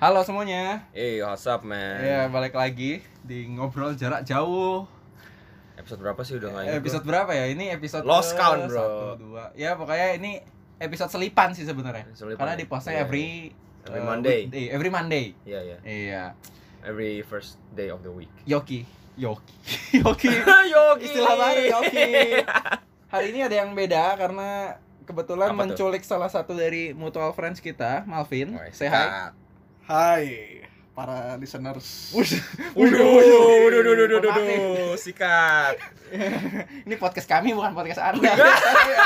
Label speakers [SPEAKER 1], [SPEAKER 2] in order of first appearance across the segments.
[SPEAKER 1] Halo semuanya.
[SPEAKER 2] Eh, what's up, man?
[SPEAKER 1] Ya, balik lagi di ngobrol jarak jauh.
[SPEAKER 2] Episode berapa sih udah nggak ingat
[SPEAKER 1] Episode berapa ya? Ini episode
[SPEAKER 2] Lost
[SPEAKER 1] ke
[SPEAKER 2] count, bro.
[SPEAKER 1] satu, dua. Ya, pokoknya ini episode selipan sih sebenarnya.
[SPEAKER 2] Episode selipan
[SPEAKER 1] Karena
[SPEAKER 2] ya?
[SPEAKER 1] dipostnya
[SPEAKER 2] Iya,
[SPEAKER 1] every
[SPEAKER 2] Every
[SPEAKER 1] eh,
[SPEAKER 2] Monday.
[SPEAKER 1] weekday, every Monday.
[SPEAKER 2] gua. Iya, iya.
[SPEAKER 1] Iya.
[SPEAKER 2] Every first day of the week.
[SPEAKER 1] Yoki, Yoki. Yoki.
[SPEAKER 2] Yogi.
[SPEAKER 1] Istilah baru Yoki. Hari ini ada yang beda karena kebetulan
[SPEAKER 2] Apa tuh?
[SPEAKER 1] menculik salah satu dari mutual friends kita, Malvin.
[SPEAKER 2] Wah,
[SPEAKER 1] Hmm? Say hi.
[SPEAKER 2] sikat.
[SPEAKER 3] Hai para listeners.
[SPEAKER 2] Waduh, waduh, waduh, waduh, waduh, waduh, waduh, sikat.
[SPEAKER 1] Ini podcast kami bukan podcast
[SPEAKER 2] Oh,
[SPEAKER 1] Anda.
[SPEAKER 2] iya.
[SPEAKER 3] Oh, iya.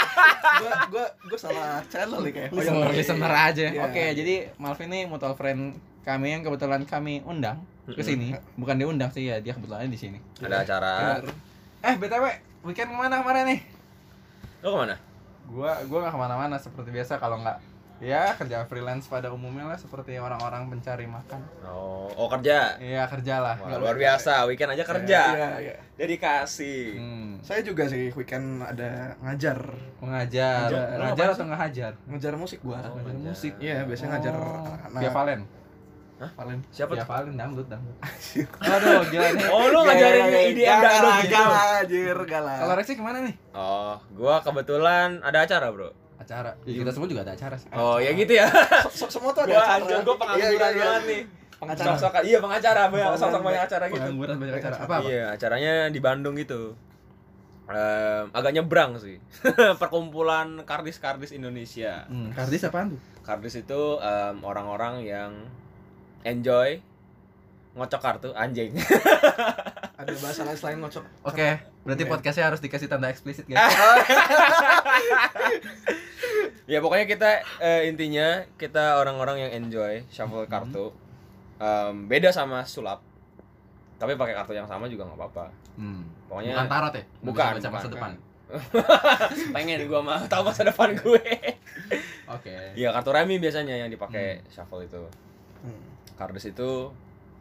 [SPEAKER 3] gua gua gua salah channel nih kayak.
[SPEAKER 1] Oh, listener, listener aja.
[SPEAKER 3] Iya.
[SPEAKER 1] Oke, jadi Malvin ini mutual friend kami yang kebetulan kami undang ke sini. Bukan diundang sih ya, dia kebetulan di sini.
[SPEAKER 2] Ada acara.
[SPEAKER 3] Bener.
[SPEAKER 1] Eh, BTW, weekend kemana kemarin nih?
[SPEAKER 2] Lo kemana?
[SPEAKER 1] Gua gua nggak kemana mana seperti biasa kalau nggak ya kerja freelance pada umumnya lah seperti orang-orang pencari makan.
[SPEAKER 2] Oh, oh kerja.
[SPEAKER 1] Iya, kerjalah.
[SPEAKER 2] Wah, luar biasa, weekend aja kerja.
[SPEAKER 3] Iya, iya.
[SPEAKER 2] Dedikasi.
[SPEAKER 1] Hmm,
[SPEAKER 3] Saya juga sih weekend ada ngajar,
[SPEAKER 1] mengajar,
[SPEAKER 3] Ngajar.
[SPEAKER 1] ngajar atau ngehajar?
[SPEAKER 3] ngajar musik gua.
[SPEAKER 2] Oh,
[SPEAKER 1] Ngajar
[SPEAKER 2] ngajar.
[SPEAKER 1] musik.
[SPEAKER 3] Iya, biasanya ngajar
[SPEAKER 1] Oh,
[SPEAKER 3] anak-anak.
[SPEAKER 1] Via Valen.
[SPEAKER 3] Paling
[SPEAKER 2] Siapa
[SPEAKER 1] Via
[SPEAKER 2] tuh?
[SPEAKER 1] Valen dangdut dangdut. Aduh, gila nih.
[SPEAKER 2] Oh,
[SPEAKER 3] Iya,
[SPEAKER 2] lu ngajarin IDM dangdut
[SPEAKER 3] galak,
[SPEAKER 2] gitu.
[SPEAKER 3] galak, anjir, galak.
[SPEAKER 1] Kalau Rexy kemana nih?
[SPEAKER 2] Oh, gua kebetulan ada acara, bro.
[SPEAKER 1] Acara. Ya, kita semua juga ada acara sih.
[SPEAKER 2] Oh, ya gitu ya.
[SPEAKER 3] So- so- semua tuh ada
[SPEAKER 2] Gua
[SPEAKER 3] acara.
[SPEAKER 2] anjir, gua pengangguran
[SPEAKER 3] Iya, iya, iya.
[SPEAKER 2] banget nih.
[SPEAKER 3] Pengacara.
[SPEAKER 2] Sok-sokan. Iya, pengacara, banyak
[SPEAKER 3] Pengangguran,
[SPEAKER 2] sok-sok banyak acara gitu.
[SPEAKER 1] Pengangguran banyak acara. Apa? apa?
[SPEAKER 2] Iya, acaranya di Bandung gitu. Em, agak nyebrang sih. Perkumpulan kardis-kardis Indonesia.
[SPEAKER 1] Hmm, kardis apaan tuh?
[SPEAKER 2] Kardis itu em, orang-orang yang enjoy ngocok kartu anjing.
[SPEAKER 3] Ada bahasa lain selain ngocok.
[SPEAKER 1] Oke, berarti podcastnya harus dikasih tanda eksplisit guys.
[SPEAKER 2] ya pokoknya kita eh, intinya kita orang-orang yang enjoy
[SPEAKER 1] Hmm.
[SPEAKER 2] shuffle kartu. Em, beda sama sulap. Tapi pakai kartu yang sama juga nggak apa-apa.
[SPEAKER 1] Hmm.
[SPEAKER 2] Pokoknya
[SPEAKER 1] bukan tarot ya? Nggak
[SPEAKER 2] Bukan,
[SPEAKER 1] bisa baca masa
[SPEAKER 2] bukan.
[SPEAKER 1] depan.
[SPEAKER 2] pengen gua mah tahu masa depan gue.
[SPEAKER 1] Oke.
[SPEAKER 2] Iya, kartu remi biasanya yang dipakai shuffle itu.
[SPEAKER 3] Hmm.
[SPEAKER 2] Kardis itu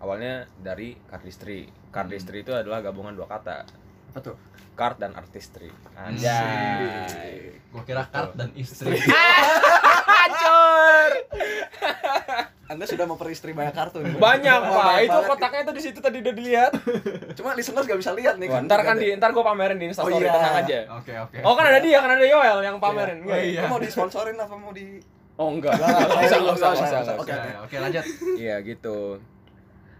[SPEAKER 2] awalnya dari kardistry. Kardistry itu adalah gabungan dua kata,
[SPEAKER 3] Apa tuh?
[SPEAKER 2] card dan artistry. Anjay.
[SPEAKER 3] Asik.
[SPEAKER 1] Gua kira kart dan istri.
[SPEAKER 2] Hancur.
[SPEAKER 3] Anda sudah memperistri banyak kartu nih.
[SPEAKER 2] Banyak,
[SPEAKER 3] Wah,
[SPEAKER 2] Pak.
[SPEAKER 3] banyak
[SPEAKER 2] Itu
[SPEAKER 3] banget.
[SPEAKER 2] kotaknya itu di situ tadi udah dilihat.
[SPEAKER 3] Cuma listeners gak bisa lihat nih. Iya.
[SPEAKER 2] Wah, ntar kan di ntar gua pamerin di Instastory
[SPEAKER 3] Oh, iya.
[SPEAKER 2] tenang aja.
[SPEAKER 1] Oke, oke.
[SPEAKER 2] Oh kan ada dia, kan ada Yoel yang pamerin.
[SPEAKER 3] Iya.
[SPEAKER 2] Nggak ya?
[SPEAKER 3] Lu mau disponsorin apa mau di
[SPEAKER 2] Oh enggak.
[SPEAKER 3] Nggak, nggak,
[SPEAKER 2] Nggak usah,
[SPEAKER 3] nggak
[SPEAKER 2] nggak usah,
[SPEAKER 3] usah,
[SPEAKER 2] nggak usah,
[SPEAKER 3] nggak
[SPEAKER 2] nggak
[SPEAKER 3] usah.
[SPEAKER 2] usah.
[SPEAKER 1] Oke, oke lanjut.
[SPEAKER 2] Iya gitu.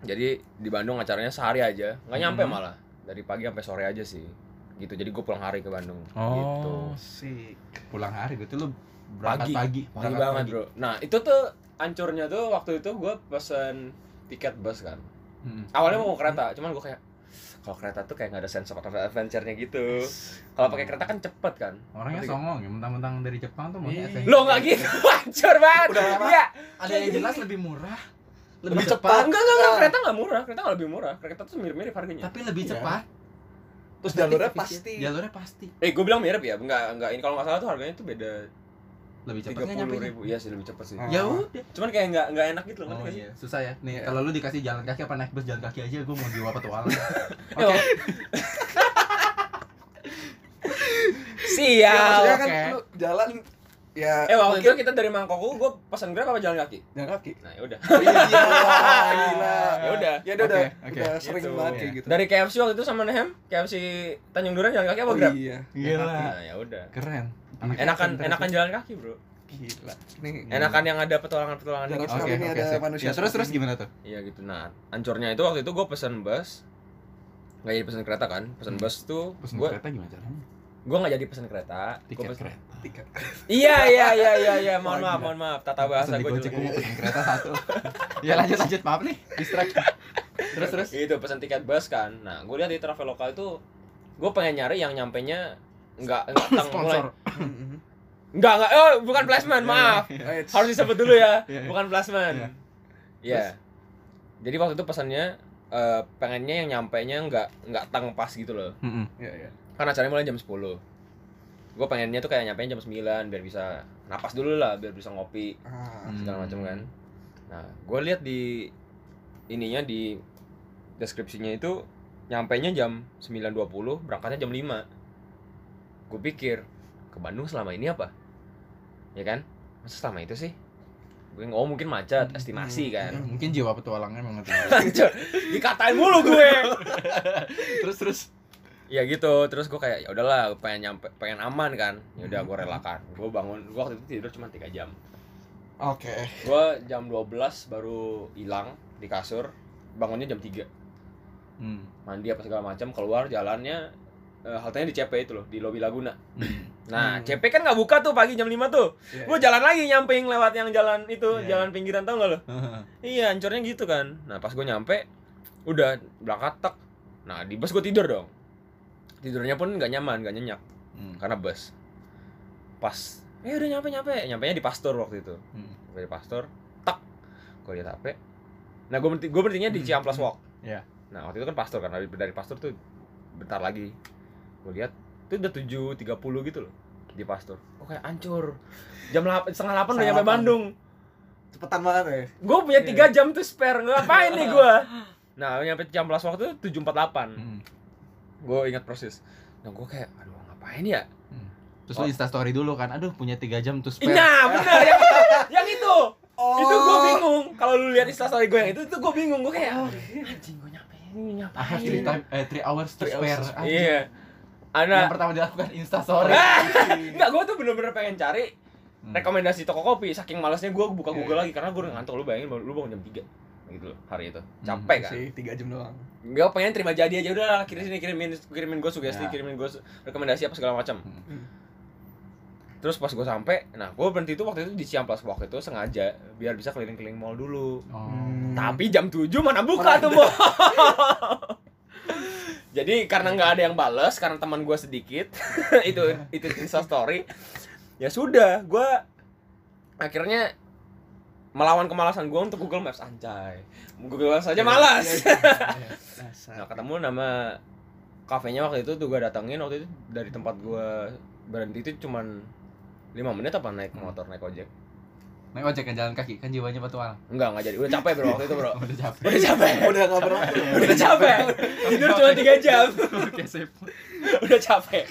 [SPEAKER 2] Jadi di Bandung acaranya sehari aja, nggak nyampe
[SPEAKER 1] Mhm.
[SPEAKER 2] malah. Dari pagi sampai sore aja sih. Gitu. Jadi gue pulang hari ke Bandung. Gitu.
[SPEAKER 1] Oh.
[SPEAKER 3] si
[SPEAKER 1] Pulang hari berarti lu berangkat
[SPEAKER 2] Pagi.
[SPEAKER 1] pagi.
[SPEAKER 2] Pagi
[SPEAKER 1] Berangkat
[SPEAKER 2] banget bro. Nah itu tuh ancurnya tuh waktu itu gue pesen tiket bus kan.
[SPEAKER 1] Hmm.
[SPEAKER 2] Awalnya mau kereta, cuman gue kayak kalau kereta tuh kayak nggak ada sense of adventure-nya gitu. Kalau pakai kereta kan cepet kan.
[SPEAKER 1] Orangnya
[SPEAKER 2] Ngerti
[SPEAKER 1] songong ya, mentang-mentang dari Jepang tuh mau
[SPEAKER 3] Iya.
[SPEAKER 1] efek.
[SPEAKER 2] nggak? Lo nggak gitu, hancur banget.
[SPEAKER 3] Udah lama.
[SPEAKER 2] Iya.
[SPEAKER 1] Ada yang jelas lebih murah, lebih,
[SPEAKER 3] Lebih
[SPEAKER 1] cepat,
[SPEAKER 3] cepat.
[SPEAKER 2] Enggak enggak enggak
[SPEAKER 3] Ah.
[SPEAKER 2] kereta nggak murah, kereta nggak lebih murah. Kereta tuh mirip-mirip harganya.
[SPEAKER 1] tapi lebih
[SPEAKER 3] Iya.
[SPEAKER 1] cepat.
[SPEAKER 3] Terus jalurnya
[SPEAKER 1] Efisien.
[SPEAKER 3] pasti.
[SPEAKER 1] Jalurnya pasti.
[SPEAKER 2] Eh gue bilang mirip ya, enggak enggak. Ini kalau nggak salah tuh harganya tuh beda
[SPEAKER 1] Lebih cepat
[SPEAKER 2] tiga
[SPEAKER 1] nggak nyampe.
[SPEAKER 2] puluh Iya, ribu. Iya sih lebih cepet sih.
[SPEAKER 3] Ah.
[SPEAKER 1] Ya udah.
[SPEAKER 2] Cuman kayak nggak nggak enak gitu loh. ngerti
[SPEAKER 1] Oh
[SPEAKER 2] nggak sih?
[SPEAKER 1] iya, susah ya. Nih, kalau lu dikasih jalan kaki apa naik bus jalan kaki aja gua mau jiwa petualang.
[SPEAKER 2] Yo.
[SPEAKER 3] Ya, maksudnya
[SPEAKER 2] Sial.
[SPEAKER 3] kan
[SPEAKER 1] oke.
[SPEAKER 3] lu jalan ya
[SPEAKER 2] Eh waktu
[SPEAKER 3] mungkin
[SPEAKER 2] itu kita dari Mangkoku, gue pesan grab apa jalan kaki?
[SPEAKER 3] jalan kaki.
[SPEAKER 2] Nah ya udah.
[SPEAKER 3] Iya, gila.
[SPEAKER 2] Ya udah.
[SPEAKER 3] Ya udah,
[SPEAKER 1] Oke,
[SPEAKER 3] udah,
[SPEAKER 1] oke.
[SPEAKER 3] udah sering
[SPEAKER 2] Gitu.
[SPEAKER 3] banget kayak gitu.
[SPEAKER 2] Dari KFC waktu itu sama Nehem, KFC Tanjung Duren jalan kaki apa
[SPEAKER 3] oh,
[SPEAKER 2] grab?
[SPEAKER 3] iya.
[SPEAKER 1] Gila.
[SPEAKER 2] Nah ya udah.
[SPEAKER 1] Keren.
[SPEAKER 2] Enakan enakan jalan kaki bro.
[SPEAKER 3] Gila. Nih.
[SPEAKER 2] Enakan Hmm. yang ada petualangan petualangan
[SPEAKER 3] Jalan
[SPEAKER 2] gitu.
[SPEAKER 3] Terus kaki.
[SPEAKER 1] Oke,
[SPEAKER 3] kali ini
[SPEAKER 1] oke.
[SPEAKER 3] ada
[SPEAKER 1] sip.
[SPEAKER 3] manusia
[SPEAKER 1] Ya, terus terus
[SPEAKER 3] seperti
[SPEAKER 1] gimana tuh?
[SPEAKER 2] Iya gitu. Nah ancurnya itu waktu itu gue pesan bus. Gak jadi pesan kereta kan? Pesan bus tuh
[SPEAKER 1] Pesan
[SPEAKER 2] gue
[SPEAKER 1] kereta gimana caranya?
[SPEAKER 2] gue nggak jadi pesan kereta. Gua
[SPEAKER 1] Tiket
[SPEAKER 2] pesen-
[SPEAKER 1] kereta.
[SPEAKER 3] Tiket.
[SPEAKER 2] Iya iya iya iya iya. Mohon
[SPEAKER 3] Wah,
[SPEAKER 2] maaf
[SPEAKER 3] gila.
[SPEAKER 2] mohon maaf. Tata
[SPEAKER 1] ya. Pesan
[SPEAKER 2] bahasa
[SPEAKER 1] di
[SPEAKER 2] gue
[SPEAKER 1] Gojek,
[SPEAKER 2] jelek.
[SPEAKER 1] gua mau pesan kereta satu. ya lanjut lanjut, maaf nih, distract. Terus terus.
[SPEAKER 2] Itu pesan tiket bus kan. Nah gue lihat di Traveloka itu gue pengen nyari yang nyampe nya nggak nggak tang mulai
[SPEAKER 1] Sponsor.
[SPEAKER 3] Mm-mm.
[SPEAKER 2] nggak nggak oh bukan placement maaf
[SPEAKER 3] Eh, it's-
[SPEAKER 2] harus disebut dulu ya
[SPEAKER 1] Iya, iya.
[SPEAKER 2] bukan placement
[SPEAKER 1] Iya.
[SPEAKER 2] ya jadi waktu itu pesannya eh, pengennya yang nyampe nya nggak nggak tang pas gitu loh
[SPEAKER 1] Heeh.
[SPEAKER 3] Iya, iya.
[SPEAKER 2] karena acaranya mulai jam 10 gue pengennya tuh kayak nyampe jam 9 biar bisa napas dulu lah biar bisa ngopi
[SPEAKER 3] Ah,
[SPEAKER 1] Hmm.
[SPEAKER 2] segala macam kan nah gue lihat di ininya di deskripsinya itu nyampe nya jam 9.20 berangkatnya jam 5 gue pikir ke Bandung selama ini apa ya kan masa selama itu sih Gue oh mungkin macet,
[SPEAKER 1] Ya,
[SPEAKER 2] estimasi kan.
[SPEAKER 1] mungkin jiwa petualangnya memang tinggi.
[SPEAKER 2] Anjir, dikatain mulu gue.
[SPEAKER 1] terus terus
[SPEAKER 2] Ya gitu, terus gue kayak ya udahlah pengen nyampe pengen aman kan. Ya udah gue relakan. Gue bangun, gue waktu itu tidur cuma 3 jam.
[SPEAKER 1] oke
[SPEAKER 2] Gue jam 12 baru hilang di kasur. Bangunnya jam 3.
[SPEAKER 1] Hmm.
[SPEAKER 2] Mandi apa segala macam, keluar jalannya eh, haltenya di CP itu loh, di lobi Laguna.
[SPEAKER 1] Hmm.
[SPEAKER 2] Nah,
[SPEAKER 3] Hmm.
[SPEAKER 2] CP kan nggak buka tuh pagi jam 5 tuh.
[SPEAKER 1] Iya.
[SPEAKER 2] Gue jalan lagi nyamping lewat yang jalan itu,
[SPEAKER 1] Iya.
[SPEAKER 2] jalan pinggiran tau gak lo? Iya, ancornya gitu kan. Nah, pas gue nyampe, udah berangkat tek. Nah, di bus gue tidur dong. Tidurnya pun nggak nyaman, nggak nyenyak
[SPEAKER 1] Hmm.
[SPEAKER 2] karena bus. Pas, eh udah nyampe nyampe, nyampe di Pastor waktu itu.
[SPEAKER 1] Hmm.
[SPEAKER 2] Nyampe di Pastor, tak. Gue lihat HP. Nah, gue berhenti, gue berhentinya di
[SPEAKER 1] Hmm.
[SPEAKER 2] Ciamplas Walk.
[SPEAKER 1] Iya.
[SPEAKER 2] Nah, waktu itu kan Pastor kan, dari dari Pastor tuh bentar lagi. Gue lihat, itu udah 7.30 gitu loh di Pastor. Gue kayak hancur. Jam 8, setengah 8 udah
[SPEAKER 3] Setengah
[SPEAKER 2] nyampe
[SPEAKER 3] delapan.
[SPEAKER 2] Bandung
[SPEAKER 3] Cepetan banget ya.
[SPEAKER 2] gue punya
[SPEAKER 3] Iya.
[SPEAKER 2] tiga jam tuh spare ngapain nih gue nah nyampe jam belas waktu tujuh empat delapan
[SPEAKER 1] Hmm.
[SPEAKER 2] gue ingat proses nah gue kayak aduh ngapain ya
[SPEAKER 1] terus lu instastory dulu kan aduh punya tiga jam tuh spare
[SPEAKER 2] nah bener yang itu yang itu
[SPEAKER 3] Oh.
[SPEAKER 2] itu gue bingung kalau lu lihat instastory gue yang itu tuh gue bingung gue kayak
[SPEAKER 3] Oh.
[SPEAKER 2] anjing gue nyampein ini
[SPEAKER 1] I have three
[SPEAKER 2] ngapain
[SPEAKER 1] time eh three hours to
[SPEAKER 2] Terus-
[SPEAKER 1] spare Anjing.
[SPEAKER 2] iya Ah!
[SPEAKER 1] yang
[SPEAKER 2] Ana,
[SPEAKER 1] pertama kan dilakukan instastory
[SPEAKER 2] enggak gue tuh bener-bener pengen cari
[SPEAKER 1] Hmm.
[SPEAKER 2] rekomendasi toko kopi saking malasnya gue buka
[SPEAKER 3] Iya,
[SPEAKER 2] Google lagi karena gue ngantuk lu bayangin lu bangun jam 3 gitu loh hari itu
[SPEAKER 1] Hmm,
[SPEAKER 2] capek kan
[SPEAKER 3] iya Sih, tiga jam doang.
[SPEAKER 2] Enggak pengen terima jadi aja udah lah
[SPEAKER 1] Iya.
[SPEAKER 2] kirim sini kirimin kirimin gue
[SPEAKER 1] Ya.
[SPEAKER 2] sugesti kirimin gue rekomendasi apa segala macam.
[SPEAKER 1] Hmm.
[SPEAKER 2] Terus pas gue sampai, nah gue berhenti itu waktu itu di Ciamplas Walk itu sengaja biar bisa keliling-keliling mall
[SPEAKER 1] oh
[SPEAKER 2] dulu. Hmm.
[SPEAKER 3] Hmm.
[SPEAKER 2] Tapi jam 7 mana buka
[SPEAKER 3] Mana
[SPEAKER 2] tuh mall. Jadi karena nggak ada yang bales karena teman gue sedikit itu itu insta story. Ya sudah, gue akhirnya melawan kemalasan gue untuk Google Maps anjay. Google Maps aja malas.
[SPEAKER 3] Iya,
[SPEAKER 2] Nah,
[SPEAKER 3] Dasar.
[SPEAKER 2] ketemu nama kafenya waktu itu tuh gue datengin waktu itu dari tempat gua berhenti itu cuman 5 menit apa naik motor naik ojek
[SPEAKER 1] naik ojek kan jalan kaki kan jiwanya petualang
[SPEAKER 2] enggak enggak jadi udah capek bro waktu itu bro
[SPEAKER 1] udah capek
[SPEAKER 2] udah capek
[SPEAKER 3] Udah nggak berapa.
[SPEAKER 2] udah capek tidur cuma 3 jam
[SPEAKER 1] Oke, sip.
[SPEAKER 2] udah capek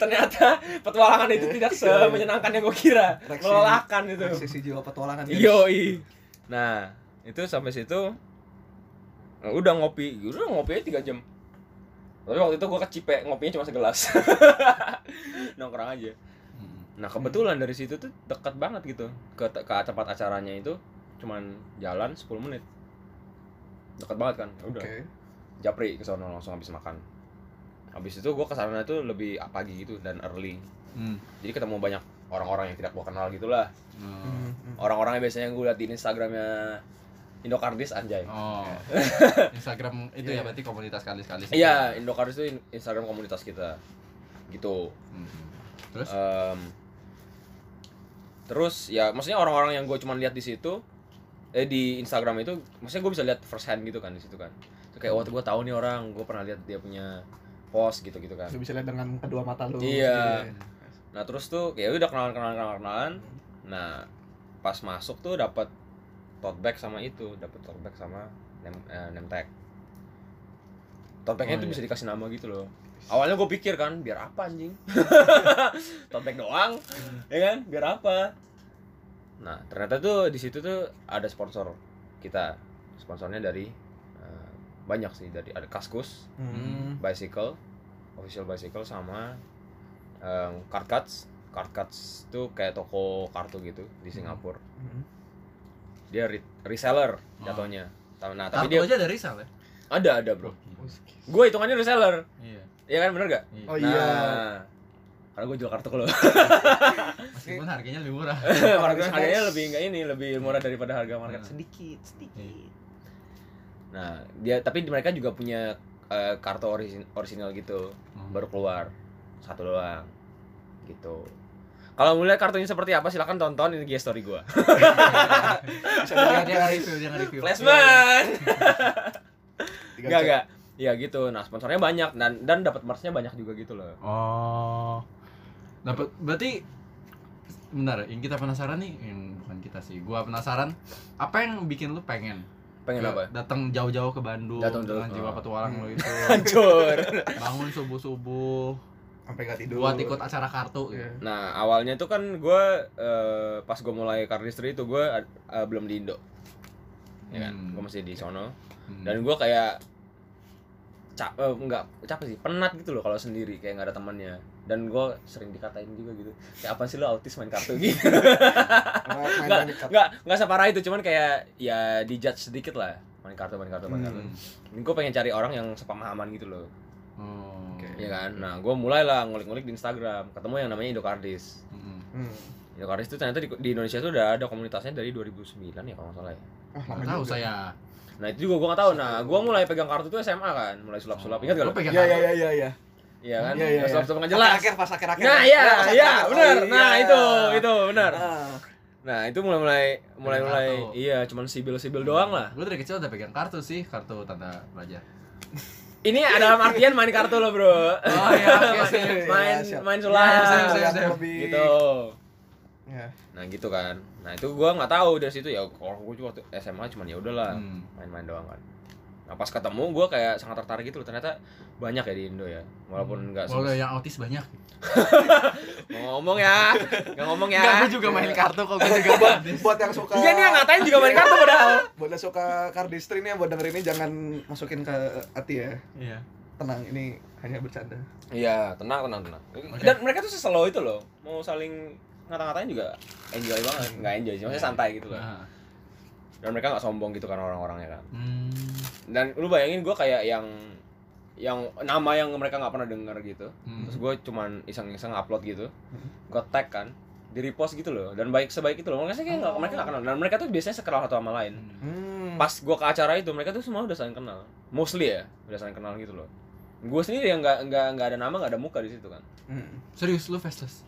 [SPEAKER 2] ternyata petualangan itu tidak semenyenangkan yang gue kira
[SPEAKER 3] Reaksi-
[SPEAKER 2] melelahkan itu
[SPEAKER 3] Sisi jiwa petualangan. guys.
[SPEAKER 2] yoi nah itu sampai situ nah, udah ngopi udah ngopi aja 3 jam tapi waktu itu gue kecipe ngopinya cuma segelas nongkrong aja
[SPEAKER 1] Hmm.
[SPEAKER 2] Nah kebetulan dari situ tuh dekat banget gitu ke, ke tempat acaranya itu cuman jalan 10 menit dekat banget kan Ya udah
[SPEAKER 3] Oke.
[SPEAKER 2] japri ke sono langsung habis makan habis itu gua ke sana tuh lebih pagi gitu dan early
[SPEAKER 1] Hmm.
[SPEAKER 2] jadi ketemu banyak orang-orang yang tidak gua kenal gitulah
[SPEAKER 1] Hmm.
[SPEAKER 3] Hmm, hmm.
[SPEAKER 2] orang-orang yang biasanya gua liat di instagramnya Indokardis anjay
[SPEAKER 1] Oh. Instagram itu ya
[SPEAKER 2] Iya.
[SPEAKER 1] berarti komunitas kali-kali. sih.
[SPEAKER 2] iya Indokardis itu in- instagram komunitas kita gitu
[SPEAKER 1] Hmm. Terus
[SPEAKER 2] Em, terus ya maksudnya orang-orang yang gue cuman lihat di situ eh di Instagram itu maksudnya gue bisa lihat first hand gitu kan di situ kan. Itu kayak waktu gue tahu nih orang, gue pernah lihat dia punya post gitu-gitu kan.
[SPEAKER 3] Lu bisa lihat dengan kedua mata lu.
[SPEAKER 2] Iya. Nah, terus tuh ya udah kenalan-kenalan kenalan-kenalan. Nah, pas masuk tuh dapat tote bag sama itu, dapat tote bag sama name, eh, name tag. Tote bagnya
[SPEAKER 1] Oh,
[SPEAKER 2] tuh
[SPEAKER 1] iya.
[SPEAKER 2] bisa dikasih nama gitu loh. Awalnya gue pikir kan, biar apa anjing? tote bag doang,
[SPEAKER 1] Hmm.
[SPEAKER 2] ya kan? Biar apa? Nah, ternyata tuh di situ tuh ada sponsor kita. Sponsornya dari eh, banyak sih, dari ada Kaskus,
[SPEAKER 3] Hmm.
[SPEAKER 2] bicycle official bicycle sama um, card cuts card cuts tuh kayak toko kartu gitu di Singapura
[SPEAKER 3] Hmm.
[SPEAKER 2] dia re- reseller
[SPEAKER 1] Oh.
[SPEAKER 3] Ah.
[SPEAKER 2] jatuhnya Ta- nah
[SPEAKER 1] kartu
[SPEAKER 2] tapi dia
[SPEAKER 1] aja dari Rizal ya?
[SPEAKER 2] ada ada bro gue hitungannya reseller
[SPEAKER 1] Iya.
[SPEAKER 2] Iya kan bener gak
[SPEAKER 1] iya.
[SPEAKER 3] Oh iya.
[SPEAKER 2] Nah, karena gue jual kartu ke lo
[SPEAKER 1] Meskipun harganya lebih murah.
[SPEAKER 2] harga harganya lebih enggak ini lebih
[SPEAKER 3] Iya.
[SPEAKER 2] murah daripada harga market
[SPEAKER 1] Hmm.
[SPEAKER 3] Nah.
[SPEAKER 2] sedikit sedikit nah dia tapi mereka juga punya eh, kartu orisin- orisinal gitu
[SPEAKER 1] Hmm.
[SPEAKER 2] baru keluar satu doang gitu kalau mulai kartunya seperti apa silahkan tonton ini IG story gua
[SPEAKER 3] Bisa
[SPEAKER 1] Dia-
[SPEAKER 3] dilihat
[SPEAKER 1] dia nge-review, dia nge-review.
[SPEAKER 2] flashman
[SPEAKER 3] tiga
[SPEAKER 2] enggak
[SPEAKER 3] jam.
[SPEAKER 2] enggak ya gitu nah sponsornya banyak dan dan dapat merchnya banyak juga gitu loh
[SPEAKER 1] Oh. Dapat berarti benar yang kita penasaran nih yang bukan kita sih gua penasaran apa yang bikin lu pengen
[SPEAKER 2] pengen
[SPEAKER 1] Ke-
[SPEAKER 2] apa
[SPEAKER 1] datang jauh-jauh ke Bandung
[SPEAKER 2] Datang jauh,
[SPEAKER 1] dengan jiwa
[SPEAKER 2] ah.
[SPEAKER 1] petualang lu itu
[SPEAKER 2] hancur
[SPEAKER 1] bangun subuh-subuh
[SPEAKER 3] sampai nggak tidur
[SPEAKER 1] buat ikut acara kartu gitu.
[SPEAKER 3] Iya.
[SPEAKER 2] Nah awalnya tuh kan gue eh, pas gue mulai kardistry itu gue eh, belum di Indo, ya kan?
[SPEAKER 1] Hmm.
[SPEAKER 2] Gue masih di sono
[SPEAKER 1] Hmm.
[SPEAKER 2] dan gue kayak cap eh, nggak capek sih penat gitu loh kalau sendiri kayak nggak ada temannya dan gue sering dikatain juga gitu kayak apa sih lo autis main kartu gitu
[SPEAKER 3] Main- main
[SPEAKER 2] nggak
[SPEAKER 3] dekat.
[SPEAKER 2] nggak nggak separah itu cuman kayak ya dijudge sedikit lah main kartu main kartu main kartu
[SPEAKER 1] Hmm.
[SPEAKER 2] gue pengen cari orang yang sepemahaman gitu loh
[SPEAKER 1] Oh.
[SPEAKER 3] Oke.
[SPEAKER 2] Iya kan? Nah, gue mulailah ngulik-ngulik di Instagram, ketemu yang namanya Indokardis.
[SPEAKER 1] Mm-mm.
[SPEAKER 3] Hmm.
[SPEAKER 2] Indokardis itu ternyata di, di Indonesia tuh udah ada komunitasnya dari 2009 ya kalau nggak salah ya.
[SPEAKER 3] Ah, lama
[SPEAKER 1] Nggak tahu
[SPEAKER 3] juga.
[SPEAKER 1] saya.
[SPEAKER 2] Nah, itu juga gue nggak tahu. Nah, gue mulai pegang kartu tuh SMA kan, mulai sulap-sulap. Ingat gak
[SPEAKER 1] Lu
[SPEAKER 2] lo?
[SPEAKER 1] pegang
[SPEAKER 3] Iya
[SPEAKER 1] kartu.
[SPEAKER 3] iya iya iya iya.
[SPEAKER 2] Iya kan?
[SPEAKER 3] Iya, iya, iya.
[SPEAKER 2] Sulap-sulap nggak jelas.
[SPEAKER 3] Akhir pas akhir akhir.
[SPEAKER 2] Nah, iya, iya, benar.
[SPEAKER 3] Oh,
[SPEAKER 2] Nah, itu, itu benar.
[SPEAKER 3] Ah.
[SPEAKER 2] Nah, itu mulai-mulai mulai-mulai
[SPEAKER 1] kartu.
[SPEAKER 2] iya, cuman sibil-sibil doang lah.
[SPEAKER 1] Lu dari kecil udah pegang kartu sih, kartu tanda pelajar.
[SPEAKER 2] Ini ada dalam artian main kartu lo, Bro.
[SPEAKER 1] Oh iya, oke
[SPEAKER 2] main,
[SPEAKER 1] sih.
[SPEAKER 3] Iya,
[SPEAKER 2] main,
[SPEAKER 3] siap.
[SPEAKER 2] main
[SPEAKER 1] Iya,
[SPEAKER 2] sulap
[SPEAKER 1] siap,
[SPEAKER 3] Ah,
[SPEAKER 1] siap,
[SPEAKER 3] yang
[SPEAKER 1] siap.
[SPEAKER 3] lebih-
[SPEAKER 2] gitu.
[SPEAKER 3] Ya.
[SPEAKER 2] Nah gitu kan. Nah itu gua nggak tahu dari situ ya. Kalau gue waktu SMA cuman ya udahlah
[SPEAKER 1] Hmm.
[SPEAKER 2] main-main doang kan. Nah pas ketemu gua kayak sangat tertarik gitu loh. Ternyata banyak ya di Indo ya. Walaupun nggak
[SPEAKER 1] Walau
[SPEAKER 2] semes-
[SPEAKER 1] yang autis banyak.
[SPEAKER 2] mau ngomong ya, nggak ngomong ya.
[SPEAKER 1] Enggak, gua juga main kartu kok, gua juga
[SPEAKER 3] buat,
[SPEAKER 1] autis.
[SPEAKER 3] buat yang suka
[SPEAKER 2] Iya nih yang ngatain juga main kartu padahal.
[SPEAKER 3] buat yang suka kardistri nih yang buat dengerin ini jangan masukin ke hati ya
[SPEAKER 1] Iya.
[SPEAKER 3] tenang ini hanya bercanda
[SPEAKER 2] Iya tenang tenang tenang.
[SPEAKER 1] Oke.
[SPEAKER 2] Dan mereka tuh seselo itu loh. Mau saling ngata-ngatain juga enjoy banget. Nggak enjoy sih, maksudnya santai gitu loh.
[SPEAKER 1] Nah.
[SPEAKER 2] Dan mereka nggak sombong gitu kan orang-orangnya kan.
[SPEAKER 1] Hmm.
[SPEAKER 2] Dan lu bayangin gua kayak yang yang nama yang mereka nggak pernah dengar gitu.
[SPEAKER 1] Hmm.
[SPEAKER 2] terus gue cuman iseng-iseng upload gitu
[SPEAKER 3] Hmm.
[SPEAKER 2] gue tag kan di repost gitu loh dan baik sebaik itu loh mereka kayak nggak mereka nggak kenal dan mereka tuh biasanya sekenal satu sama lain
[SPEAKER 1] Hmm.
[SPEAKER 3] hmm.
[SPEAKER 2] pas gue ke acara itu mereka tuh semua udah saling kenal mostly ya udah saling kenal gitu loh gue sendiri yang nggak nggak nggak ada nama nggak ada muka di situ kan
[SPEAKER 3] Hmm.
[SPEAKER 1] Serius lu faceless?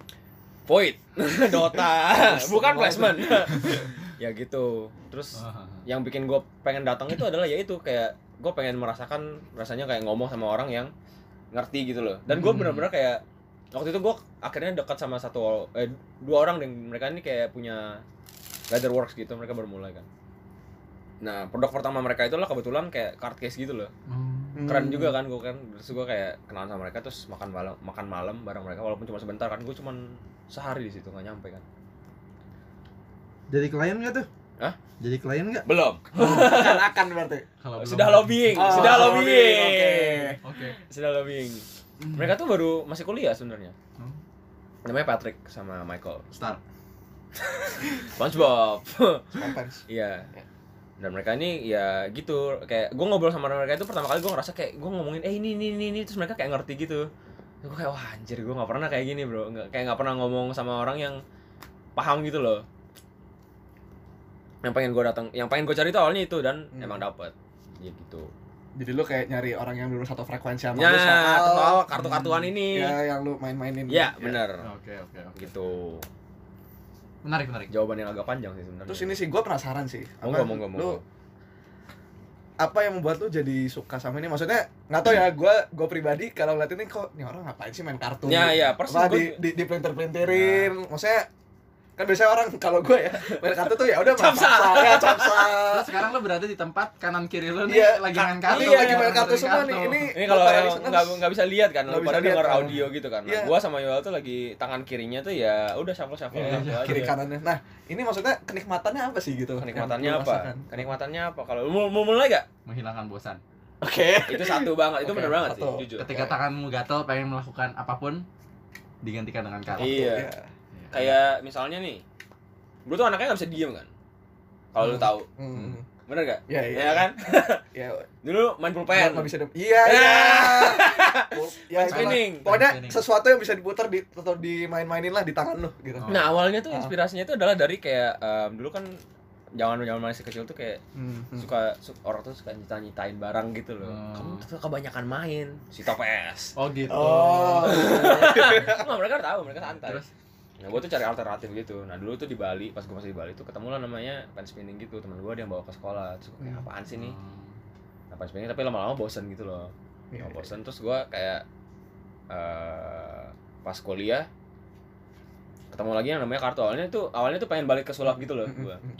[SPEAKER 2] void dota bukan
[SPEAKER 3] Semua
[SPEAKER 2] placement ya gitu
[SPEAKER 1] Ah,
[SPEAKER 2] terus yang bikin gue pengen datang itu adalah ya itu kayak gue pengen merasakan rasanya kayak ngomong sama orang yang ngerti gitu loh dan gue
[SPEAKER 1] Hmm.
[SPEAKER 2] bener-bener kayak waktu itu gue akhirnya dekat sama satu eh, dua orang dan mereka ini kayak punya leather works gitu mereka baru mulai kan nah produk pertama mereka itulah kebetulan kayak card case gitu loh
[SPEAKER 1] Hmm.
[SPEAKER 2] keren juga kan gue kan terus gue kayak kenalan sama mereka terus makan malam makan malam bareng mereka walaupun cuma sebentar kan gue cuma sehari di situ nggak nyampe kan
[SPEAKER 3] jadi klien nggak tuh
[SPEAKER 2] Hah?
[SPEAKER 3] jadi klien nggak
[SPEAKER 2] belum
[SPEAKER 3] akan akan Oh. berarti
[SPEAKER 1] Kalau belum-
[SPEAKER 2] sudah lobbying
[SPEAKER 3] Oh,
[SPEAKER 2] sudah
[SPEAKER 3] sorry,
[SPEAKER 2] lobbying
[SPEAKER 3] oke.
[SPEAKER 1] Oke.
[SPEAKER 2] sudah lobbying
[SPEAKER 1] Hmm.
[SPEAKER 2] Mereka tuh baru masih kuliah sebenarnya.
[SPEAKER 1] Hmm.
[SPEAKER 2] Namanya Patrick sama Michael.
[SPEAKER 1] start.
[SPEAKER 2] SpongeBob.
[SPEAKER 3] Sometimes.
[SPEAKER 2] Iya. Dan mereka ini ya gitu kayak gue ngobrol sama mereka itu pertama kali gue ngerasa kayak gue ngomongin eh ini ini ini, ini. terus mereka kayak ngerti gitu. Gue kayak wah anjir gue nggak pernah kayak gini bro nggak kayak nggak pernah ngomong sama orang yang paham gitu loh. Yang pengen gue datang, yang pengen gue cari itu awalnya itu dan
[SPEAKER 3] Hmm.
[SPEAKER 2] emang dapet. Ya gitu.
[SPEAKER 3] jadi lu kayak nyari orang yang dulu satu frekuensi sama
[SPEAKER 2] Ya
[SPEAKER 3] lu
[SPEAKER 2] soal kartu-kartuan ini.
[SPEAKER 3] ya yang lu main-mainin
[SPEAKER 2] Ya, bener.
[SPEAKER 1] Oke, oke, oke.
[SPEAKER 2] Gitu.
[SPEAKER 1] Menarik, menarik.
[SPEAKER 2] Jawaban yang agak panjang sih sebenarnya.
[SPEAKER 3] terus ini sih gua penasaran sih
[SPEAKER 2] Monggo, monggo, monggo.
[SPEAKER 3] lu apa yang membuat lu jadi suka sama ini maksudnya nggak tau ya gua gua pribadi kalau ngeliat ini kok ini orang ngapain sih main kartu
[SPEAKER 2] Ya, ya, persis.
[SPEAKER 3] apa
[SPEAKER 2] gua- Nah.
[SPEAKER 3] di di, di printer printerin maksudnya kan biasanya orang kalau gue ya main kartu tuh ya udah main
[SPEAKER 2] Capsa.
[SPEAKER 3] capsa, ya capsa
[SPEAKER 1] Terus sekarang lu berada di tempat kanan kiri lu nih
[SPEAKER 3] Iya,
[SPEAKER 1] lagi main
[SPEAKER 3] kartu
[SPEAKER 1] kartu.
[SPEAKER 2] iya,
[SPEAKER 3] lagi main
[SPEAKER 1] Orang
[SPEAKER 3] kartu
[SPEAKER 1] main
[SPEAKER 3] semua nih
[SPEAKER 1] kartu.
[SPEAKER 3] ini
[SPEAKER 2] ini kalau
[SPEAKER 3] buat
[SPEAKER 2] yang
[SPEAKER 3] para listeners.
[SPEAKER 2] nggak nggak bisa lihat kan, lu
[SPEAKER 3] Nggak
[SPEAKER 2] pada
[SPEAKER 3] bisa lihat,
[SPEAKER 2] denger
[SPEAKER 3] kan.
[SPEAKER 2] audio gitu kan. Nah,
[SPEAKER 3] Iya.
[SPEAKER 2] gua sama Yoel tuh lagi tangan kirinya tuh ya udah shuffle shuffle
[SPEAKER 1] Iya, iya,
[SPEAKER 3] kiri kanannya nah ini maksudnya kenikmatannya apa sih gitu
[SPEAKER 2] Kenikmatannya
[SPEAKER 3] Yang lu
[SPEAKER 2] apa?
[SPEAKER 3] rasakan?
[SPEAKER 2] Kenikmatannya apa? Kalau lu mau, mau mulai gak?
[SPEAKER 1] menghilangkan bosan.
[SPEAKER 2] Itu
[SPEAKER 3] oke
[SPEAKER 2] satu banget, itu
[SPEAKER 3] Oke,
[SPEAKER 2] bener banget sih,
[SPEAKER 3] satu.
[SPEAKER 2] jujur.
[SPEAKER 1] Ketika tanganmu gatel pengen melakukan apapun digantikan dengan kartu.
[SPEAKER 2] Iya.
[SPEAKER 3] Ya.
[SPEAKER 1] Iya.
[SPEAKER 2] Kayak misalnya nih, gue tuh anaknya nggak bisa diem kan? Kalau lu tahu,
[SPEAKER 3] Hmm.
[SPEAKER 2] bener gak?
[SPEAKER 3] ya
[SPEAKER 2] Iya
[SPEAKER 3] iya
[SPEAKER 2] kan?
[SPEAKER 3] ya
[SPEAKER 2] Dulu main pulpen,
[SPEAKER 3] nggak bisa di-
[SPEAKER 2] Ya.
[SPEAKER 3] iya iya ya
[SPEAKER 2] main
[SPEAKER 3] itulah.
[SPEAKER 2] spinning.
[SPEAKER 3] pokoknya
[SPEAKER 1] Spinning.
[SPEAKER 3] sesuatu yang bisa diputar di atau dimain-mainin lah di tangan lu gitu
[SPEAKER 1] Oh.
[SPEAKER 2] Nah awalnya tuh
[SPEAKER 3] Ah.
[SPEAKER 2] inspirasinya itu adalah dari kayak em, dulu kan zaman zaman masih kecil tuh kayak
[SPEAKER 3] Hmm, hmm.
[SPEAKER 2] suka, su- orang tuh suka nyita nyitain barang gitu loh.
[SPEAKER 1] Hmm.
[SPEAKER 2] Kamu tuh kebanyakan main, si PS.
[SPEAKER 1] Oh gitu.
[SPEAKER 3] oh
[SPEAKER 2] Nggak, Nah, mereka tahu, mereka santai.
[SPEAKER 1] Terus
[SPEAKER 2] Nah, gue tuh cari alternatif gitu. Nah, dulu tuh di Bali, pas gue masih di Bali tuh ketemu lah namanya pen spinning gitu. Temen gue dia yang bawa ke sekolah. Terus gue kayak
[SPEAKER 3] Hmm.
[SPEAKER 2] apaan sih nih? Nah, pen spinning tapi lama-lama bosen gitu loh.
[SPEAKER 3] Iya.
[SPEAKER 2] Lama bosen terus gue kayak eh pas kuliah ketemu lagi yang namanya kartu awalnya tuh awalnya tuh pengen balik ke sulap gitu loh
[SPEAKER 3] Hmm,
[SPEAKER 2] gue
[SPEAKER 3] hmm.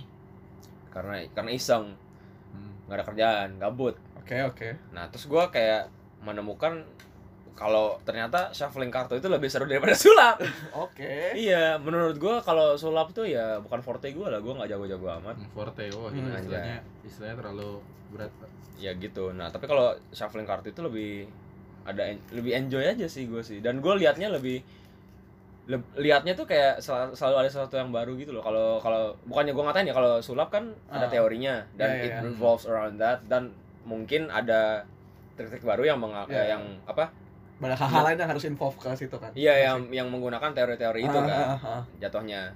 [SPEAKER 2] karena karena iseng
[SPEAKER 1] Hmm.
[SPEAKER 2] nggak ada kerjaan gabut
[SPEAKER 3] oke oke
[SPEAKER 2] Nah, terus gua kayak menemukan kalau ternyata shuffling kartu itu lebih seru daripada sulap
[SPEAKER 3] Oke.
[SPEAKER 2] iya menurut gua kalau sulap tuh ya bukan forte gua lah gua nggak jago-jago amat
[SPEAKER 1] Forte, wah gila
[SPEAKER 3] Hmm,
[SPEAKER 2] anjay.
[SPEAKER 1] istilahnya, istilahnya terlalu berat.
[SPEAKER 2] ya gitu nah tapi kalau shuffling kartu itu lebih ada en- lebih enjoy aja sih gua sih dan gua liatnya lebih leb- liatnya tuh kayak sel- selalu ada sesuatu yang baru gitu loh kalau kalau bukannya gua ngatain ya kalau sulap kan ada
[SPEAKER 3] Ah.
[SPEAKER 2] teorinya dan
[SPEAKER 3] Ya, ya,
[SPEAKER 2] it
[SPEAKER 1] ya.
[SPEAKER 2] revolves around that dan mungkin ada trik-trik baru yang menga-
[SPEAKER 3] Ya, ya.
[SPEAKER 2] yang apa
[SPEAKER 3] Banyak hal-hal lain yang harus involve ke situ kan.
[SPEAKER 2] Iya yang yang menggunakan teori-teori itu
[SPEAKER 3] Ah,
[SPEAKER 2] kan
[SPEAKER 3] ah, ah.
[SPEAKER 2] jatuhnya.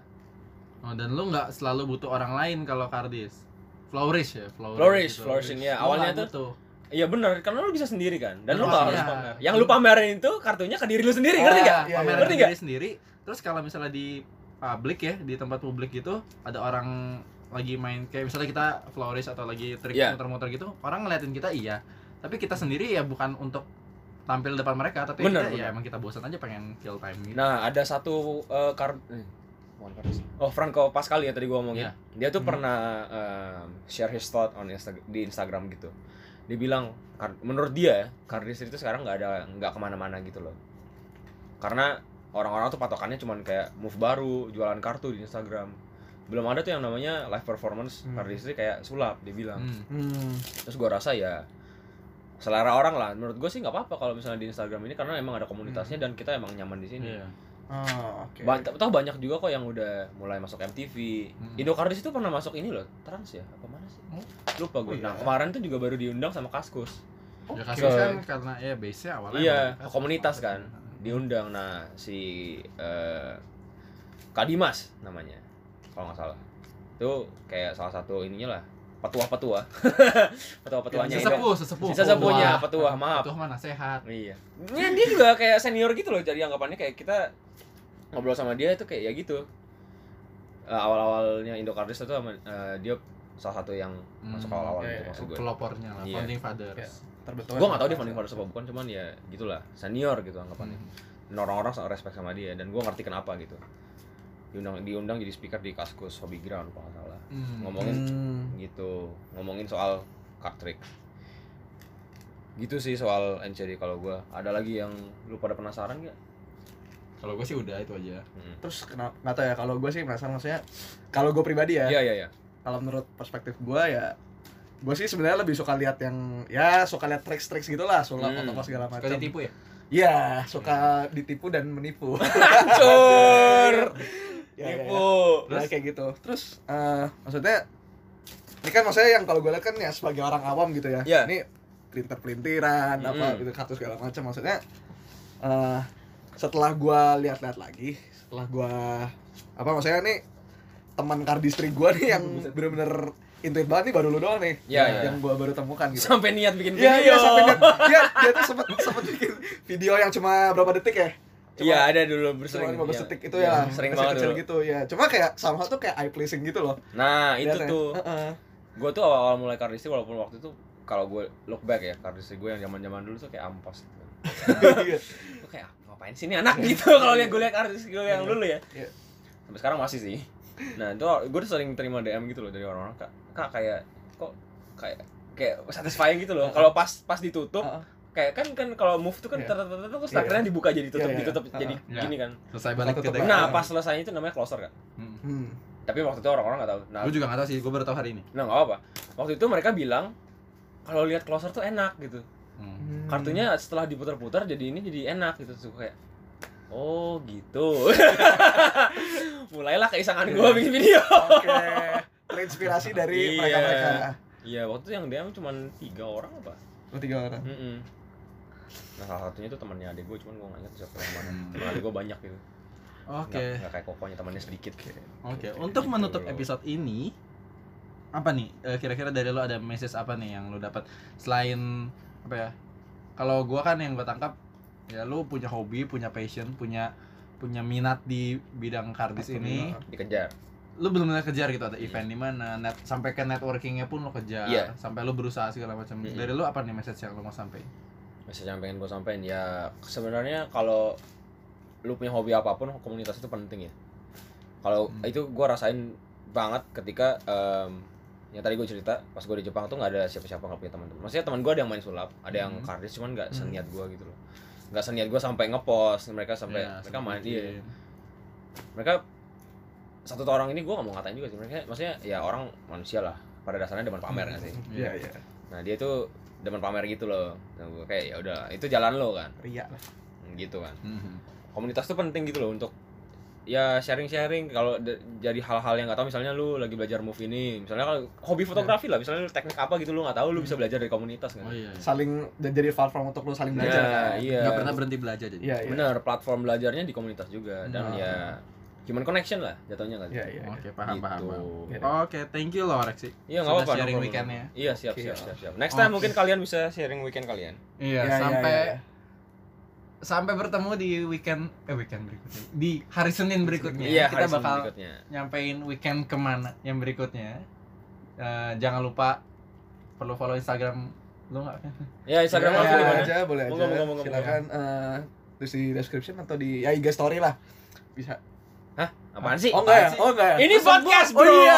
[SPEAKER 1] Oh, dan lu nggak selalu butuh orang lain kalau Kardis. Flourish ya, flourish.
[SPEAKER 2] Flourish,
[SPEAKER 1] gitu.
[SPEAKER 2] flourishing, ya.
[SPEAKER 1] Lu
[SPEAKER 2] Awalnya
[SPEAKER 1] nggak
[SPEAKER 2] tuh-
[SPEAKER 1] butuh.
[SPEAKER 2] Iya benar, karena lu bisa sendiri kan. Dan lu
[SPEAKER 1] Iya.
[SPEAKER 2] nggak harus pamer. Yang lu pamerin itu kartunya ke diri lu sendiri, ngerti
[SPEAKER 1] Ah,
[SPEAKER 2] nggak?
[SPEAKER 3] Iya,
[SPEAKER 1] pameran
[SPEAKER 2] ngerti
[SPEAKER 1] ke
[SPEAKER 2] nggak?
[SPEAKER 1] diri sendiri. Terus kalau misalnya di publik ya, di tempat publik gitu ada orang lagi main kayak misalnya kita flourish atau lagi trik
[SPEAKER 2] Iya.
[SPEAKER 1] muter-muter gitu, orang ngeliatin kita iya. Tapi kita sendiri ya bukan untuk tampil depan mereka, tapi
[SPEAKER 2] Bener,
[SPEAKER 1] kita ya
[SPEAKER 2] bener.
[SPEAKER 1] emang kita bosan aja pengen kill time gitu.
[SPEAKER 2] Nah, ada satu eh, kar eh, bukan kartu sih. Oh, Franco Pascali yang tadi gua
[SPEAKER 1] Iya.
[SPEAKER 2] ngomongin. Dia tuh
[SPEAKER 3] Hmm.
[SPEAKER 2] pernah em, share his thought on Insta- di Instagram gitu. Dia bilang kar- menurut dia ya, kardis itu sekarang nggak ada nggak kemana-mana gitu loh. Karena orang-orang tuh patokannya cuman kayak move baru, jualan kartu di Instagram. Belum ada tuh yang namanya live performance
[SPEAKER 3] Hmm.
[SPEAKER 2] kardis itu kayak sulap dia bilang
[SPEAKER 1] Hmm.
[SPEAKER 3] Hmm.
[SPEAKER 2] terus gua rasa ya selera orang lah menurut gue sih nggak apa-apa kalau misalnya di Instagram ini karena emang ada komunitasnya dan kita emang nyaman di sini
[SPEAKER 1] Iya.
[SPEAKER 3] Ah, oke.
[SPEAKER 2] Ba- tau banyak juga kok yang udah mulai masuk MTV
[SPEAKER 1] Hmm.
[SPEAKER 2] Indokardis itu pernah masuk ini loh trans ya apa mana sih
[SPEAKER 3] Oh.
[SPEAKER 2] lupa
[SPEAKER 3] Oh,
[SPEAKER 2] gue
[SPEAKER 3] iya. Hmm.
[SPEAKER 2] nah kemarin tuh juga baru diundang sama Kaskus
[SPEAKER 1] Ya
[SPEAKER 3] Oke.
[SPEAKER 1] kasus kan karena ya base-nya awalnya
[SPEAKER 2] Iya,
[SPEAKER 1] emang- Hmm.
[SPEAKER 2] komunitas kan. diundang nah si eh, Kak Kadimas namanya kalau nggak salah itu kayak salah satu ininya lah petua-petua petua-petuanya Indo-
[SPEAKER 1] Sesepuh, sesepuh.
[SPEAKER 2] Sesepuhnya,
[SPEAKER 1] Petua.
[SPEAKER 2] petua, maaf.
[SPEAKER 1] Petua mana sehat.
[SPEAKER 2] Iya. Nah, dia juga kayak senior gitu loh. Jadi anggapannya kayak kita ngobrol sama dia itu kayak ya gitu. Eh, awal-awalnya Indokardis itu sama eh, dia salah satu yang masuk
[SPEAKER 1] Hmm,
[SPEAKER 2] awal-awal
[SPEAKER 3] iya,
[SPEAKER 2] gitu
[SPEAKER 3] iya.
[SPEAKER 2] maksud gue.
[SPEAKER 1] Pelopornya lah,
[SPEAKER 2] Iya.
[SPEAKER 1] founding fathers. Hmm.
[SPEAKER 3] Terbetul.
[SPEAKER 2] Gue gak tau dia funding pada apa bukan, cuman ya gitulah senior gitu anggapannya.
[SPEAKER 3] Hmm.
[SPEAKER 2] Dan Orang-orang sangat respect sama dia dan gue ngerti kenapa gitu. Diundang diundang jadi speaker di Kaskus Hobby Ground kalau nggak salah.
[SPEAKER 1] Hmm.
[SPEAKER 2] Ngomong-
[SPEAKER 3] Hmm.
[SPEAKER 2] Gitu ngomongin soal card trick. Gitu sih soal NCD kalau gue. Ada lagi yang lu pada penasaran gak?
[SPEAKER 1] Kalau gue sih udah itu aja.
[SPEAKER 2] Mm.
[SPEAKER 3] Terus kenapa nggak tahu ya kalau gue sih penasaran maksudnya kalau gue pribadi ya,
[SPEAKER 2] Iya iya iya.
[SPEAKER 3] kalau menurut perspektif gue ya gue sih sebenarnya lebih suka lihat yang ya suka lihat tricks-tricks gitulah sulap
[SPEAKER 2] Hmm.
[SPEAKER 3] atau apa segala
[SPEAKER 1] Suka
[SPEAKER 3] macam.
[SPEAKER 1] ditipu ya?
[SPEAKER 3] Iya, suka ditipu dan menipu.
[SPEAKER 2] Hancur.
[SPEAKER 3] Ya, ya,
[SPEAKER 2] Nipu.
[SPEAKER 3] ya. Ya, kayak gitu. Terus eh, maksudnya ini kan maksudnya yang kalau gue lihat kan ya sebagai orang awam gitu ya.
[SPEAKER 2] Iya.
[SPEAKER 3] Ini pelintir pelintiran apa
[SPEAKER 2] Mm.
[SPEAKER 3] gitu kartu segala macam maksudnya eh setelah gua lihat-lihat lagi, setelah gua apa maksudnya nih teman kardistri gua nih yang bener-bener intuit banget nih baru lu doang nih
[SPEAKER 2] Iya,
[SPEAKER 3] yang-
[SPEAKER 2] iya.
[SPEAKER 3] yang gua baru temukan gitu.
[SPEAKER 2] Sampai niat bikin video.
[SPEAKER 3] Iya iya sampai dia, dia, dia tuh sempet sempet bikin video yang cuma berapa detik ya? Cuma-
[SPEAKER 2] Iya, ada dulu
[SPEAKER 3] Cuma
[SPEAKER 2] bersering.
[SPEAKER 3] 15
[SPEAKER 2] iya.
[SPEAKER 3] detik itu
[SPEAKER 2] Iya,
[SPEAKER 3] ya,
[SPEAKER 2] Sering
[SPEAKER 3] kecil-
[SPEAKER 2] banget
[SPEAKER 3] kecil
[SPEAKER 2] dulu.
[SPEAKER 3] gitu ya. Cuma kayak somehow tuh kayak eye pleasing gitu loh.
[SPEAKER 2] Nah, itu
[SPEAKER 3] Lihatnya.
[SPEAKER 2] tuh.
[SPEAKER 3] Heeh.
[SPEAKER 2] Gue tuh awal-awal mulai kardistri walaupun waktu itu kalau gue look back ya, kardistri gue yang zaman-zaman dulu tuh kayak ampos gitu.
[SPEAKER 3] Iya.
[SPEAKER 2] Gue kayak "Ah, ngapain sih ini anak gitu kalau lihat gue lihat kardistri gue yang dulu ya.
[SPEAKER 3] Iya.
[SPEAKER 2] Sampai sekarang masih sih. Nah, itu gue tuh sering terima DM gitu loh dari orang-orang, "Kak, Kak kayak kok kayak kayak satisfying gitu loh. Kalau pas pas ditutup
[SPEAKER 3] Heeh.
[SPEAKER 2] kayak kan kan kalau move tuh kan
[SPEAKER 3] Ah. Iya.
[SPEAKER 2] terus terus
[SPEAKER 3] Iya,
[SPEAKER 2] akhirnya dibuka jadi tutup
[SPEAKER 3] Iya, iya.
[SPEAKER 2] ditutup
[SPEAKER 3] Ah,
[SPEAKER 2] jadi
[SPEAKER 1] iya.
[SPEAKER 2] gini kan
[SPEAKER 1] Selesai balik
[SPEAKER 3] Satu
[SPEAKER 1] ke
[SPEAKER 3] tempat.
[SPEAKER 1] deck.
[SPEAKER 2] nah pas selesainya itu namanya closer kan
[SPEAKER 1] Hmm.
[SPEAKER 3] Hmm.
[SPEAKER 2] tapi waktu itu orang-orang nggak tahu nah
[SPEAKER 1] Gue juga gak tau sih, gue baru tau hari ini.
[SPEAKER 2] nah nggak apa waktu itu mereka bilang kalau lihat closer tuh enak gitu
[SPEAKER 1] Hmm.
[SPEAKER 2] kartunya setelah diputar-putar jadi ini jadi enak gitu Terus gua kayak oh gitu mulailah keisangan gue bikin video
[SPEAKER 3] oke. Terinspirasi
[SPEAKER 2] Iya.
[SPEAKER 3] dari mereka-mereka. Ah,
[SPEAKER 2] iya waktu itu yang DM cuma tiga orang apa
[SPEAKER 3] Lu tiga orang.
[SPEAKER 2] Mm-mm. nah salah satunya tuh temannya adik gue cuman gue nggak ingat siapa temannya
[SPEAKER 1] Hmm.
[SPEAKER 2] teman adik gue banyak gitu
[SPEAKER 1] Oke,
[SPEAKER 2] Nggak- nggak kayak kokonya temannya sedikit
[SPEAKER 1] oke. Untuk menutup episode ini, apa nih? eh, Kira-kira dari lo ada message apa nih yang lo dapat selain apa ya? Kalau gue kan yang gue tangkap, ya lo punya hobi, punya passion, punya punya minat di bidang kardis ini.
[SPEAKER 2] dikejar
[SPEAKER 1] lu belum benar kejar gitu ada
[SPEAKER 2] Iya.
[SPEAKER 1] event di mana net sampai ke networkingnya pun lu kejar
[SPEAKER 2] Iya.
[SPEAKER 1] sampai lu berusaha segala macam
[SPEAKER 2] Mm-mm.
[SPEAKER 1] dari lu apa nih message yang lu mau sampaikan
[SPEAKER 2] message yang pengen gue sampein ya sebenarnya kalau lu punya hobi apapun komunitas itu penting ya kalau
[SPEAKER 1] Hmm.
[SPEAKER 2] itu gue rasain banget ketika em, yang tadi gue cerita pas gue di Jepang tuh nggak ada siapa-siapa nggak punya teman-teman maksudnya teman gue ada yang main sulap ada yang
[SPEAKER 1] Hmm.
[SPEAKER 2] kardis cuman nggak
[SPEAKER 3] Hmm.
[SPEAKER 2] seniat gue gitu loh nggak seniat gue sampai ngepost mereka sampai
[SPEAKER 1] Iya,
[SPEAKER 2] mereka
[SPEAKER 1] sampai
[SPEAKER 2] main iya.
[SPEAKER 1] bikin.
[SPEAKER 2] mereka satu orang ini gue nggak mau ngatain juga sih mereka maksudnya ya orang manusia lah pada dasarnya demen pamer nggak sih
[SPEAKER 1] Iya.
[SPEAKER 3] Iya, iya.
[SPEAKER 2] nah dia tuh demen pamer gitu loh nah, gue kayak ya udah itu jalan lo kan
[SPEAKER 1] Iya.
[SPEAKER 3] Ria lah.
[SPEAKER 2] gitu kan
[SPEAKER 1] Mhm.
[SPEAKER 2] komunitas tuh penting gitu loh untuk ya sharing-sharing kalau de- jadi hal-hal yang nggak tahu misalnya lu lagi belajar move ini misalnya kalau hobi fotografi lah misalnya lu teknik apa gitu lu nggak tahu lu bisa belajar dari komunitas
[SPEAKER 1] Oh
[SPEAKER 2] kan
[SPEAKER 1] iya. iya.
[SPEAKER 3] Saling dan jadi platform untuk lu saling
[SPEAKER 2] Nah,
[SPEAKER 3] belajar. kan?
[SPEAKER 2] iya
[SPEAKER 1] Nggak pernah berhenti belajar jadi.
[SPEAKER 3] Iya, iya.
[SPEAKER 2] benar platform belajarnya di komunitas juga
[SPEAKER 1] Nah.
[SPEAKER 2] dan ya human connection lah jatuhnya kan
[SPEAKER 3] Iya, iya.
[SPEAKER 1] Oke, Ya, paham,
[SPEAKER 2] Gitu.
[SPEAKER 1] paham, paham.
[SPEAKER 3] Iya.
[SPEAKER 1] Oke, thank you loh Rexi.
[SPEAKER 2] iya
[SPEAKER 1] Sudah
[SPEAKER 2] nggak apa-apa no
[SPEAKER 1] sharing
[SPEAKER 2] problem.
[SPEAKER 1] weekend-nya. ya?
[SPEAKER 2] iya siap
[SPEAKER 3] Oke.
[SPEAKER 2] siap siap siap next time
[SPEAKER 1] Oke.
[SPEAKER 2] mungkin kalian bisa sharing weekend kalian
[SPEAKER 1] Iya,
[SPEAKER 3] Iya, iya,
[SPEAKER 1] sampai
[SPEAKER 3] iya, iya.
[SPEAKER 1] sampai bertemu di weekend eh weekend berikutnya. Di hari Senin berikutnya
[SPEAKER 2] iya
[SPEAKER 1] kita
[SPEAKER 2] hari Senin
[SPEAKER 1] bakal
[SPEAKER 2] berikutnya
[SPEAKER 1] nyampein weekend kemana yang berikutnya. Eh, jangan lupa perlu follow Instagram lu nggak?
[SPEAKER 2] ya Instagram
[SPEAKER 1] Iya.
[SPEAKER 3] Boleh
[SPEAKER 2] aku di mana
[SPEAKER 3] aja, boleh aja.
[SPEAKER 2] Monggo, monggo, monggo,
[SPEAKER 3] Silakan eh, tulis di description atau di ya IG story lah. Bisa.
[SPEAKER 2] apaan sih
[SPEAKER 3] Oh enggak ya?
[SPEAKER 1] sih?
[SPEAKER 3] Oh enggak ya?
[SPEAKER 2] ini podcast
[SPEAKER 3] Oh
[SPEAKER 2] bro
[SPEAKER 3] iya.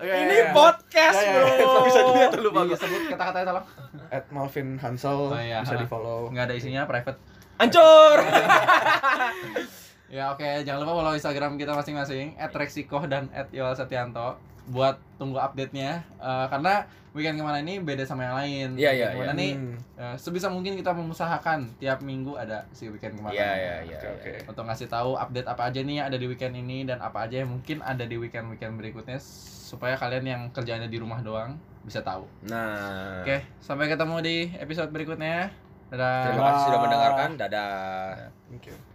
[SPEAKER 3] Iya,
[SPEAKER 2] ini
[SPEAKER 3] iya, iya.
[SPEAKER 2] podcast
[SPEAKER 3] Iya, iya,
[SPEAKER 2] bro
[SPEAKER 3] iya. Bisa dilihat tuh lupa gua.
[SPEAKER 1] Disebut kata-katanya tolong.
[SPEAKER 3] At Malvin Hansel
[SPEAKER 1] Oh, iya.
[SPEAKER 3] bisa di-follow.
[SPEAKER 1] Nggak ada isinya private.
[SPEAKER 2] ancur
[SPEAKER 1] Ya oke, jangan lupa follow Instagram kita masing-masing @rexikoh dan @yolsetianto buat tunggu update-nya Eh, karena weekend kemana ini beda sama yang lain.
[SPEAKER 2] Iya, iya,
[SPEAKER 1] Weekend kemana
[SPEAKER 2] iya.
[SPEAKER 1] ini
[SPEAKER 3] Hmm.
[SPEAKER 1] eh, sebisa mungkin kita mengusahakan tiap minggu ada si weekend kemana.
[SPEAKER 2] iya iya iya
[SPEAKER 3] Oke, oke.
[SPEAKER 2] iya.
[SPEAKER 1] Untuk ngasih tahu update apa aja nih yang ada di weekend ini dan apa aja yang mungkin ada di weekend-weekend berikutnya supaya kalian yang kerjaannya di rumah doang bisa tahu.
[SPEAKER 2] nah
[SPEAKER 1] Oke, sampai ketemu di episode berikutnya. Dadah.
[SPEAKER 2] terima kasih sudah mendengarkan dadah
[SPEAKER 3] Thank you.